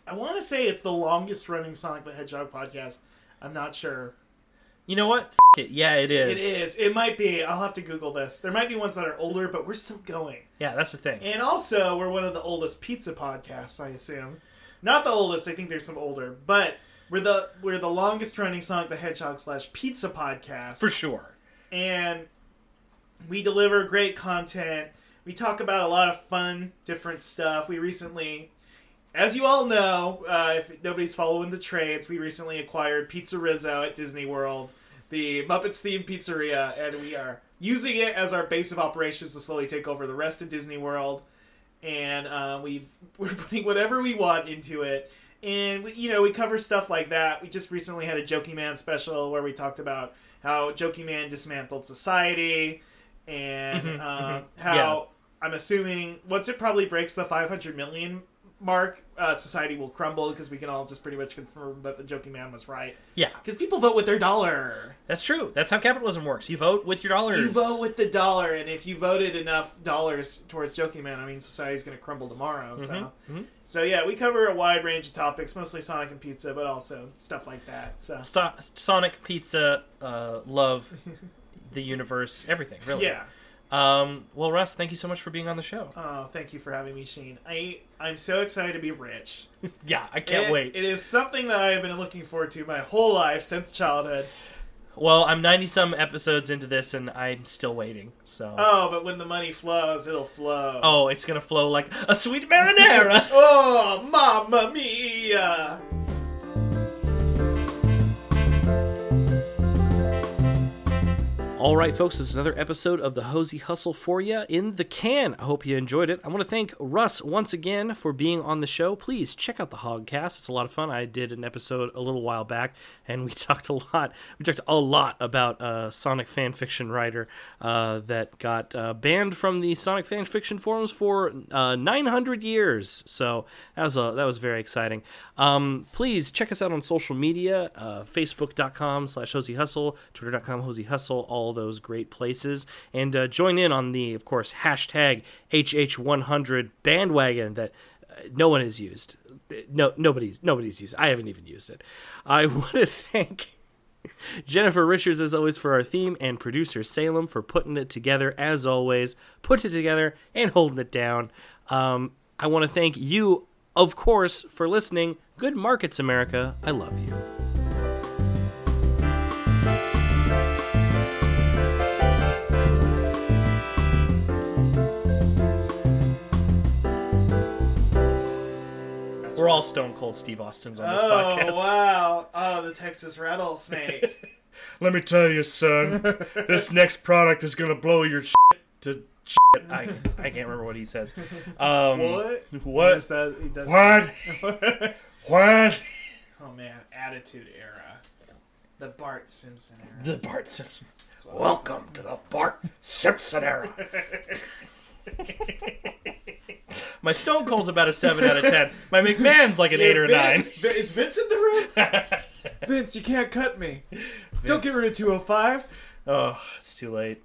I want to say it's the longest running Sonic the Hedgehog podcast. I'm not sure. You know what? F- it. Yeah, it It is. is. It might be. I'll have to Google this. There might be ones that are older, but we're still going. Yeah, that's the thing. And also, we're one of the oldest pizza podcasts, I assume. Not the oldest. I think there's some older, but We're the we're the longest running Sonic the Hedgehog slash pizza podcast, for sure. and we deliver great content. We talk about a lot of fun, different stuff. We recently, as you all know, uh, if nobody's following the trades, we recently acquired Pizza Rizzo at Disney World, the Muppets themed pizzeria, and we are using it as our base of operations to slowly take over the rest of Disney World. And uh, we've we're putting whatever we want into it. And we, you know we cover stuff like that. We just recently had a Jokey Man special where we talked about how Jokey Man dismantled society, and Mhm, um, how I'm assuming once it probably breaks the 500 million mark, uh, society will crumble because we can all just pretty much confirm that the Joking Man was right. Yeah, Because people vote with their dollar. that's true. That's how capitalism works. You vote with your dollars. You vote with the dollar, and if you voted enough dollars towards Joking Man, I mean, society's going to crumble tomorrow. Mm-hmm. So, mhm. so yeah, we cover a wide range of topics, mostly Sonic and pizza, but also stuff like that. So, Sto- Sonic, pizza, uh, love, the universe, everything. Really. yeah. Um, well, Russ, thank you so much for being on the show. Oh, thank you for having me, Sheen. I I'm so excited to be rich. Yeah, I can't It- wait. It is something that I have been looking forward to my whole life since childhood. well, I'm 90 some episodes into this, and I'm still waiting. So. Oh, but when the money flows, it'll flow. Oh, it's gonna flow like a sweet marinara. Oh, mamma mia! All right, folks, it's another episode of the Hosey Hustle for you in the can. I hope you enjoyed it. I want to thank Russ once again for being on the show. Please check out the Hogcast; it's a lot of fun. I did an episode a little while back, and we talked a lot. We talked a lot about a Sonic fan fiction writer uh, that got uh, banned from the Sonic fan fiction forums for uh, 900 years. So that was a, that was very exciting. Um, please check us out on social media: uh, Facebook.com slash Hosey Hustle, Twitter.com Hosey Hustle, all those great places. And uh, join in on the, of course, hashtag HH100 bandwagon that uh, no one has used. No, nobody's nobody's used. I haven't even used it. I want to thank. Jennifer Richards, as always, for our theme, and producer Salem for putting it together, as always, put it together and holding it down. Um, I want to thank you, of course, for listening. Good markets, America. I love you. We're all Stone Cold Steve Austin's on this Oh, podcast. wow. Oh, the Texas rattlesnake. Let me tell you, son, this next product is gonna blow your shit to shit. I, I can't remember what he says. Um, what? He does What? that, he does What? What? oh, man. Attitude era. The Bart Simpson era. The Bart Simpson. That's what I Welcome to the Bart Simpson era. My Stone Cold's about a seven out of ten. My McMahon's like an eight or a Vin- nine. Vin- Is Vince in the room? Vince, you can't cut me. Don't get rid of 205. Oh, it's too late.